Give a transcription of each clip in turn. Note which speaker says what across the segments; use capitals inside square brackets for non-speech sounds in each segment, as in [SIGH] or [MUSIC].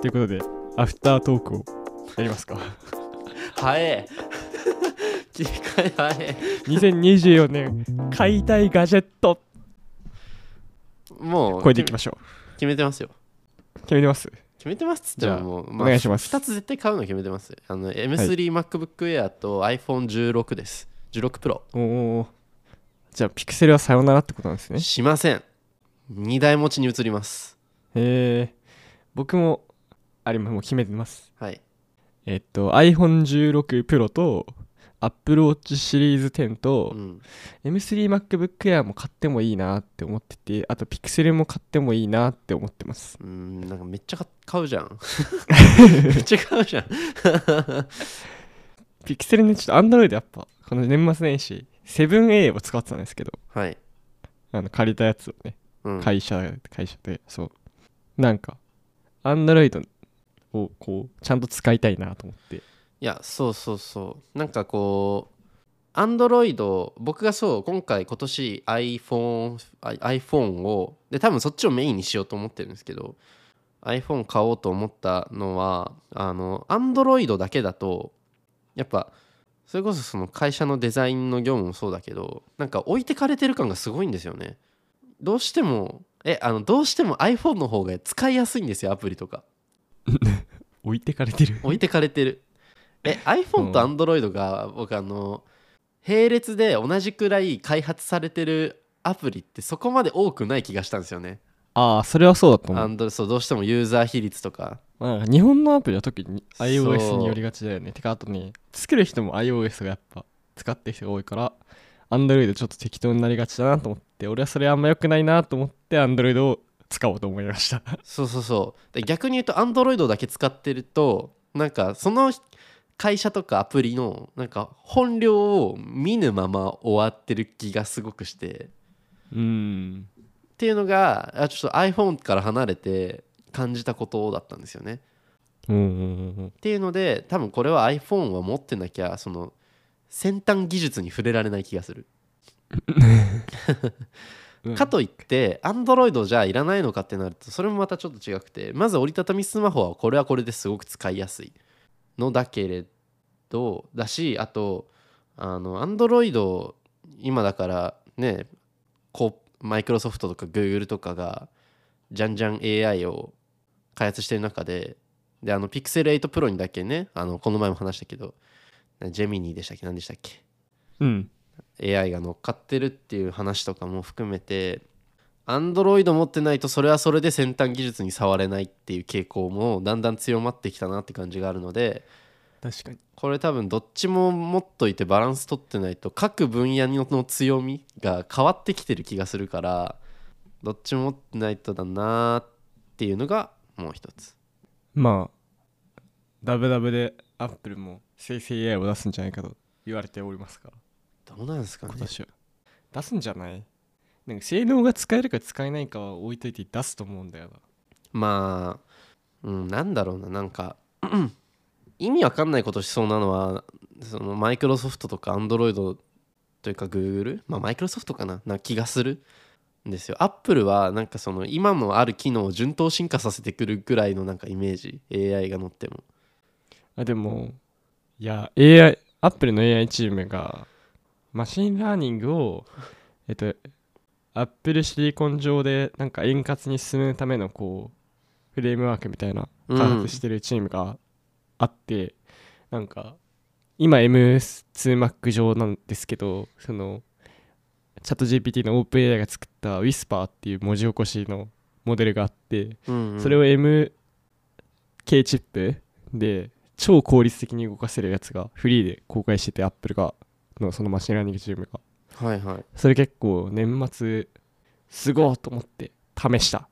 Speaker 1: ということで、アフタートークをやりますか。
Speaker 2: 早え切り替え早え
Speaker 1: 2024年、買いたいガジェット。
Speaker 2: もう
Speaker 1: これでいきましょ
Speaker 2: 決めてますよ
Speaker 1: う。決めてます。
Speaker 2: 決めてますっつって
Speaker 1: じゃあ
Speaker 2: ももう、
Speaker 1: お願いします
Speaker 2: 2つ絶対買うの決めてますあの M3MacBook Air と iPhone16 です16 Pro
Speaker 1: おお。じゃあ、ピクセルはさよならってことなんですね。
Speaker 2: しません2台持ちに移ります
Speaker 1: えー、僕も、あれ、もう決めてます。
Speaker 2: はい
Speaker 1: えっと、iPhone16 Pro と、Apple Watch シリーズ10と
Speaker 2: う、ん
Speaker 1: M3MacBook Air も買ってもいいなって思ってて、あと、ピクセルも買ってもいいなって思ってます。
Speaker 2: うんなんかめっちゃ買買うじゃ
Speaker 1: [LAUGHS]
Speaker 2: んめっちゃ買うじゃん
Speaker 1: ピクセルね、ちょっと Android やっぱ、この年末年始、7A を使ってたんですけど、
Speaker 2: はい、
Speaker 1: あの借りたやつをね、
Speaker 2: うん、
Speaker 1: 会社、会社で、そう。なんか、Android をこう、ちゃんと使いたいなと思って。
Speaker 2: いやそうそうそうなんかこうアンドロイド僕がそう今回今年 iPhone, i- iPhone をで多分そっちをメインにしようと思ってるんですけど iPhone 買おうと思ったのはあのアンドロイドだけだとやっぱそれこそその会社のデザインの業務もそうだけどなんか置いてかれてる感がすごいんですよねどうしてもえあのどうしても iPhone の方が使いやすいんですよアプリとか
Speaker 1: 置いてかれてる。
Speaker 2: 置いてかれてるえ iPhone と Android が僕あの並列で同じくらい開発されてるアプリってそこまで多くない気がしたんですよね、
Speaker 1: ああ、それはそうだと思う。
Speaker 2: Android そうどうしてもユーザー比率とか
Speaker 1: まあ、日本のアプリは特に
Speaker 2: そう
Speaker 1: iOS によりがちだよね。てか、あとね、作る人も iOS がやっぱ使ってる人が多いから、Android ちょっと適当になりがちだなと思って、俺はそれあんま良くないなと思って、Android を使おうと思いました。
Speaker 2: そうそうそうで逆に言うと Android だけ使ってるとなんかその会社とかアプリのなんか本領を見ぬまま終わってる気がすごくして
Speaker 1: うん。
Speaker 2: っていうのがあちょっと iPhone から離れて感じたことだったんですよね
Speaker 1: うんうんうんうん
Speaker 2: っていうので多分これは iPhone は持ってなきゃその先端技術に触れられない気がする、
Speaker 1: うん
Speaker 2: かといって Android じゃいらないのかってなるとそれもまたちょっと違くてまず折りたたみスマホはこれはこれですごく使いやすいのだけれどだしあとあの Android 今だからねこうマイクロソフトとか Google とかがじゃんじゃん AI を開発してる中でであの Pixel 8 Pro にだけねあのこの前も話したけどジェミニーでしたっけ何でしたっけ
Speaker 1: うん。
Speaker 2: AI が乗っかってるっていう話とかも含めて Android 持ってないとそれはそれで先端技術に触れないっていう傾向もだんだん強まってきたなって感じがあるので
Speaker 1: 確かに。
Speaker 2: これ多分どっちも持っといてバランス取ってないと各分野の強みが変わってきてる気がするからどっちも持ってないとだなーっていうのがもう一つ
Speaker 1: まあ、ダブダブで Apple も生成 AI を出すんじゃないかと言われておりますから、
Speaker 2: どうなんですかね
Speaker 1: 今年は。出すんじゃないなんか性能が使えるか使えないかは置いといて出すと思うんだよな。
Speaker 2: まあ、うん、なんだろうな、なんか、意味わかんないことしそうなのは、そのマイクロソフトとかアンドロイドというか Google、まあマイクロソフトかな、な気がするんですよ。アップルは、なんかその今のある機能を順当進化させてくるぐらいのなんかイメージ、AI が乗っても。
Speaker 1: あでも、いや、AI、Apple の AI チームがマシンラーニングを、えっと、Apple シリコン上でなんか円滑に進むためのこう、フレームワークみたいな
Speaker 2: うん
Speaker 1: 開発してるチームがあって、なんか今 M2Mac 上なんですけどそのチャット GPT の OpenAI が作った Whisper っていう文字起こしのモデルがあって、
Speaker 2: うんうん
Speaker 1: それを MK チップで超効率的に動かせるやつがフリーで公開してて Apple がのそのマシンラーニングチームが
Speaker 2: はいはい。
Speaker 1: それ結構年末すごいと思って試した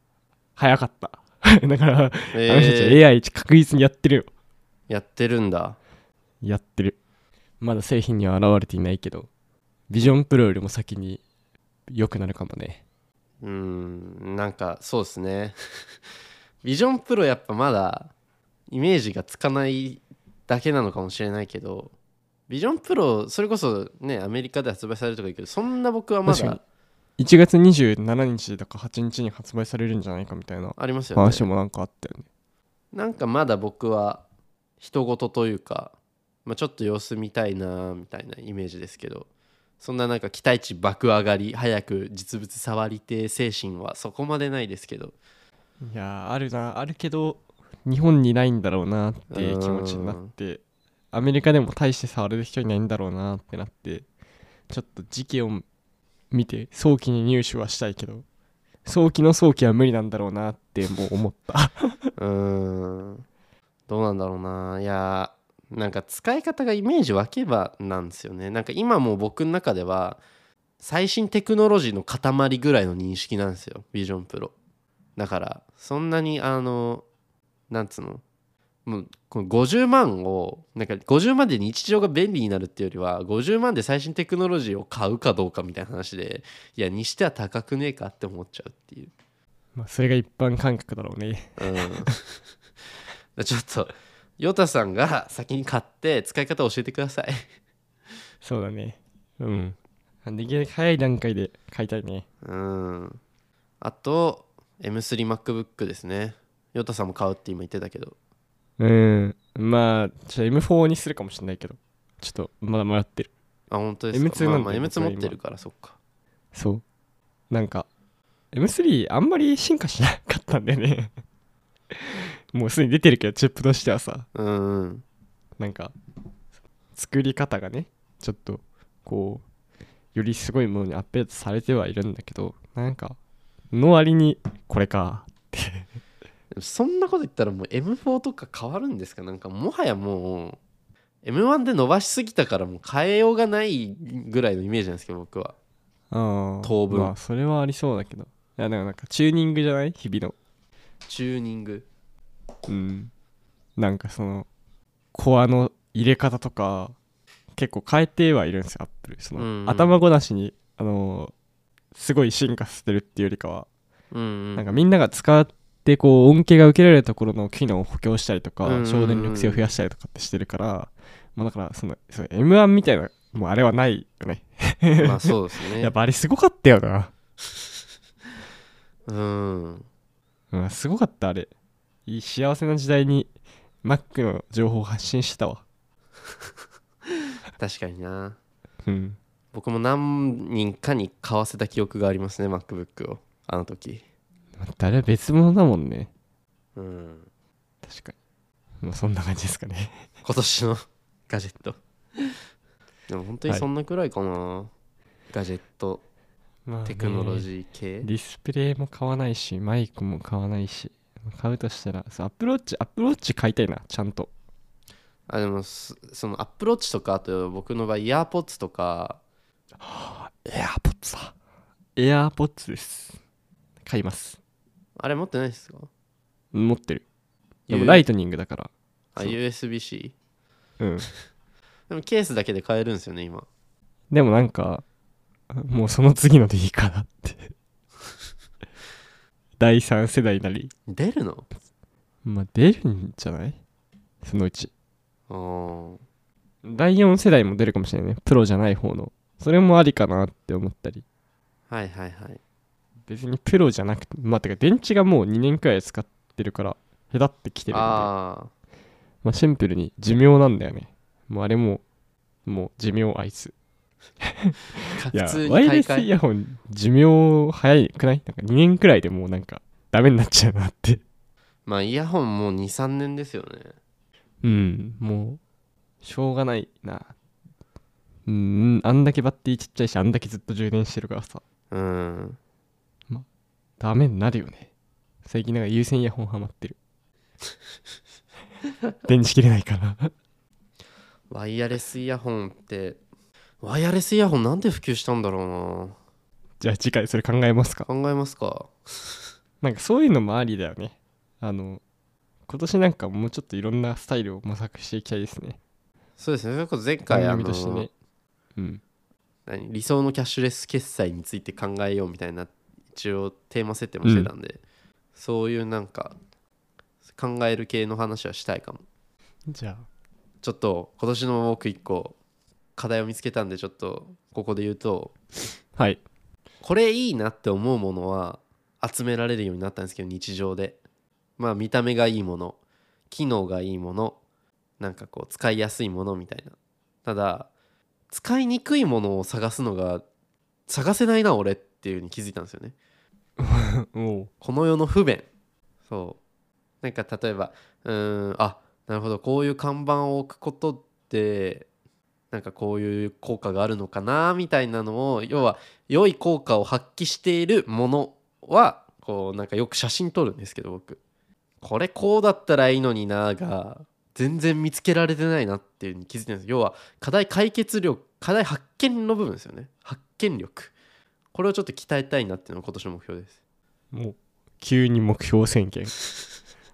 Speaker 1: 早かった [LAUGHS] だからあの人たち
Speaker 2: えー
Speaker 1: AI 確実にやってるよ
Speaker 2: やってるんだ。
Speaker 1: やってるまだ製品には現れていないけどビジョンプロよりも先に良くなるかもね
Speaker 2: うんなんかそうですね [LAUGHS] ビジョンプロやっぱまだイメージがつかないだけなのかもしれないけどビジョンプロそれこそねアメリカで発売されるとか言うけどそんな僕はま
Speaker 1: 確かに
Speaker 2: だ
Speaker 1: 1月27日だか8日に発売されるんじゃないかみたいな
Speaker 2: ありますよね
Speaker 1: 話もなんかあったよね
Speaker 2: なんかまだ僕は人事というか、まあ、ちょっと様子見たいなみたいなイメージですけどそんななんか期待値爆上がり早く実物触りてえ精神はそこまでないですけど
Speaker 1: いやーあるなあるけど日本にないんだろうなっていう気持ちになってアメリカでも大して触れる人いないんだろうなってなってちょっと時期を見て早期に入手はしたいけど早期の早期は無理なんだろうなってもう思った
Speaker 2: うーんどうなんだろうないやなんか使い方がイメージ湧けばなんですよねなんか今もう僕の中では最新テクノロジーの塊ぐらいの認識なんですよビジョンプロだからそんなにあのなんつうのもうこの50万をなんか50万で日常が便利になるっていうよりは50万で最新テクノロジーを買うかどうかみたいな話でいやにしては高くねえかって思っちゃうっていう
Speaker 1: [LAUGHS] まあそれが一般感覚だろうね
Speaker 2: うん [LAUGHS] ちょっとヨタさんが先に買って使い方を教えてください
Speaker 1: そうだねうんできるだけ早い段階で買いたいね
Speaker 2: うんあと M3MacBook ですねヨタさんも買うって今言ってたけど
Speaker 1: うんまあちょっと M4 にするかもしれないけどちょっとまだ迷ってる
Speaker 2: あ本当ですか
Speaker 1: M2 なんだ
Speaker 2: まあまあ
Speaker 1: よ
Speaker 2: M2
Speaker 1: 僕
Speaker 2: 持
Speaker 1: は
Speaker 2: っ
Speaker 1: 今
Speaker 2: てるからそっか
Speaker 1: そうなんか M3 あんまり進化しなかったんだよね [LAUGHS] もうすでに出てるけどチップとしてはさ
Speaker 2: うんうん
Speaker 1: なんか作り方がねちょっとこうよりすごいものにアップデートされてはいるんだけどなんかの割にこれか
Speaker 2: そんなこと言ったらもう M4 とか変わるんですかなんかもはやもう M1 で伸ばしすぎたからもう変えようがないぐらいのイメージなんですけど僕は
Speaker 1: あー
Speaker 2: 当分
Speaker 1: まあそれはありそうだけどいやでもなんかチューニングじゃない日々の
Speaker 2: チューニング
Speaker 1: うん、なんかそのコアの入れ方とか結構変えてはいるんですよアップルその、
Speaker 2: うんうん
Speaker 1: 頭ごなしにあのーすごい進化してるっていうよりかは、
Speaker 2: うんうん
Speaker 1: なんかみんなが使ってこう恩恵が受けられるところの機能を補強したりとか、
Speaker 2: うんうんうん
Speaker 1: 省電力性を増やしたりとかってしてるから、まあ、だからそのその M1 みたいなもうあれはないよね
Speaker 2: まあそうです
Speaker 1: [LAUGHS]
Speaker 2: ね
Speaker 1: やっぱあれすごかったよな、
Speaker 2: うん
Speaker 1: うん、すごかったあれいい幸せな時代に Mac の情報を発信してたわ
Speaker 2: 確かにな
Speaker 1: うん
Speaker 2: 僕も何人かに買わせた記憶がありますね MacBook をあの時
Speaker 1: 誰は別物だもんね
Speaker 2: うん
Speaker 1: 確かにまあそんな感じですかね
Speaker 2: 今年の [LAUGHS] ガジェットでも本当に
Speaker 1: はい
Speaker 2: そんなくらいかな、ガジェット
Speaker 1: [LAUGHS] まあね
Speaker 2: テクノロジー系、
Speaker 1: ディスプレイも買わないしマイクも買わないし買うとしたらそうアップローチアップローチ買いたいなちゃんと
Speaker 2: あでもそそのアップローチとかあと僕の場合イヤーポッツとか
Speaker 1: エアポッツだエアポッツです買います
Speaker 2: あれ持ってないですか
Speaker 1: 持ってるでも
Speaker 2: ゆう
Speaker 1: ライトニングだから
Speaker 2: あ
Speaker 1: そう
Speaker 2: USB-C
Speaker 1: うん
Speaker 2: でもケースだけで買えるんですよね今
Speaker 1: でもなんかもうその次のでいいかなって第3世代なり
Speaker 2: 出るの
Speaker 1: まあ出るんじゃないそのうち
Speaker 2: あー
Speaker 1: 第4世代も出るかもしれないねプロじゃない方のそれもありかなって思ったり
Speaker 2: はいはいはい
Speaker 1: 別にプロじゃなくてまあてか電池がもう2年くらい使ってるからへだってきてるんで
Speaker 2: ああ
Speaker 1: まあ、シンプルに寿命なんだよねもうあれももう寿命あいつい
Speaker 2: 普
Speaker 1: や
Speaker 2: 通に
Speaker 1: ワイヤ
Speaker 2: 買
Speaker 1: レ
Speaker 2: い
Speaker 1: スイ
Speaker 2: 替え
Speaker 1: ヤホン寿命早くないなんか2年くらいでもうなんかダメになっちゃうなって
Speaker 2: まあイヤホンもう23年ですよね
Speaker 1: うんもうしょうがないなうんあんだけバッテリーちっちゃいしあんだけずっと充電してるからさ
Speaker 2: うん
Speaker 1: ダメになるよね最近なんか有線イヤホンハマってる [LAUGHS] 電池切れないから [LAUGHS]
Speaker 2: ワイヤレスイヤホンってワイヤレスイヤホンなんで普及したんだろうな
Speaker 1: じゃあ次回それ考えますか
Speaker 2: 考えますか
Speaker 1: なんかそういうのもありだよねあの今年なんかもうちょっといろんなスタイルを模索していきたいですね
Speaker 2: そうですねそれこそ前回あ
Speaker 1: 番
Speaker 2: の
Speaker 1: 組としてねうん
Speaker 2: 何理想のキャッシュレス決済について考えようみたいな一応テーマ設定もしてたんで、そういうなんか考える系の話はしたいかも
Speaker 1: じゃあ
Speaker 2: ちょっと今年の僕一個課題を見つけたんでちょっとここで言うと
Speaker 1: はい
Speaker 2: これいいなって思うものは集められるようになったんですけど日常でまあ見た目がいいもの機能がいいものなんかこう使いやすいものみたいなただ使いにくいものを探すのが探せないな俺っていう風に気づいたんですよね
Speaker 1: おう
Speaker 2: この世の不便そうなんか例えばうーんあなるほどこういう看板を置くことってなんかこういう効果があるのかなみたいなのを要は良い効果を発揮しているものはこうなんかよく写真撮るんですけど僕これこうだったらいいのになが全然見つけられてないなっていうのに気づいてるんです要は課題解決力課題発見の部分ですよね発見力これをちょっと鍛えたいなっていうのが今年の目標です
Speaker 1: もう急に目標宣言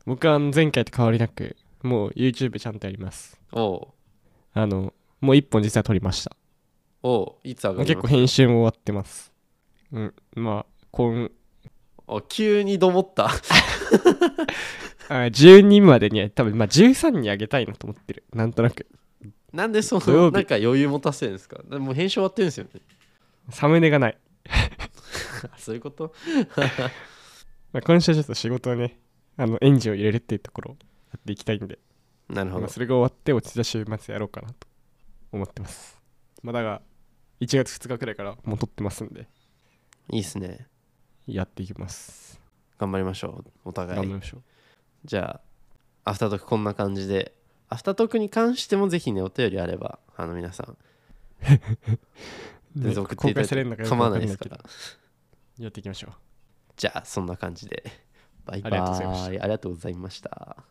Speaker 1: 僕はあの前回と変わりなくもう YouTube ちゃんとやります
Speaker 2: おう
Speaker 1: あのもう1本実は撮りました
Speaker 2: おういつ上がり
Speaker 1: 結
Speaker 2: ま
Speaker 1: 構
Speaker 2: す
Speaker 1: 編集も終わってますうんまあ今
Speaker 2: あ急にどもった
Speaker 1: [LAUGHS] あ10人までには多分まあ13にあげたいなと思ってるなんとなく
Speaker 2: なんでそ
Speaker 1: 土曜
Speaker 2: の
Speaker 1: 日
Speaker 2: なんか余裕持たせてるんですかでももう編集終わってるんですよね
Speaker 1: サムネがない、
Speaker 2: そういうこと
Speaker 1: まあ、今週はちょっと仕事はねあの園児を入れるっていうところをやっていきたいんで
Speaker 2: なるほ
Speaker 1: ま
Speaker 2: ど
Speaker 1: あそれが終わって落ちた週末やろうかなと思ってますまあだが1月2日くらいからもう撮ってますんで
Speaker 2: いいですね
Speaker 1: やっていきます
Speaker 2: 頑張りましょうお互
Speaker 1: 頑張り
Speaker 2: い
Speaker 1: ましょう
Speaker 2: じゃあアフタートークこんな感じでアフタートークに関してもぜひねお便りあればあの皆さん全
Speaker 1: ね
Speaker 2: 然送って
Speaker 1: 公
Speaker 2: いただ
Speaker 1: 開
Speaker 2: い
Speaker 1: さ
Speaker 2: て
Speaker 1: れるのかよく
Speaker 2: 構
Speaker 1: わ
Speaker 2: わ
Speaker 1: か
Speaker 2: な
Speaker 1: な
Speaker 2: んいで
Speaker 1: い
Speaker 2: す
Speaker 1: け
Speaker 2: か
Speaker 1: ど
Speaker 2: ら
Speaker 1: やっていきましょう
Speaker 2: じゃあそんな感じでバイバ
Speaker 1: ありがとうございました
Speaker 2: ーイありがとうございました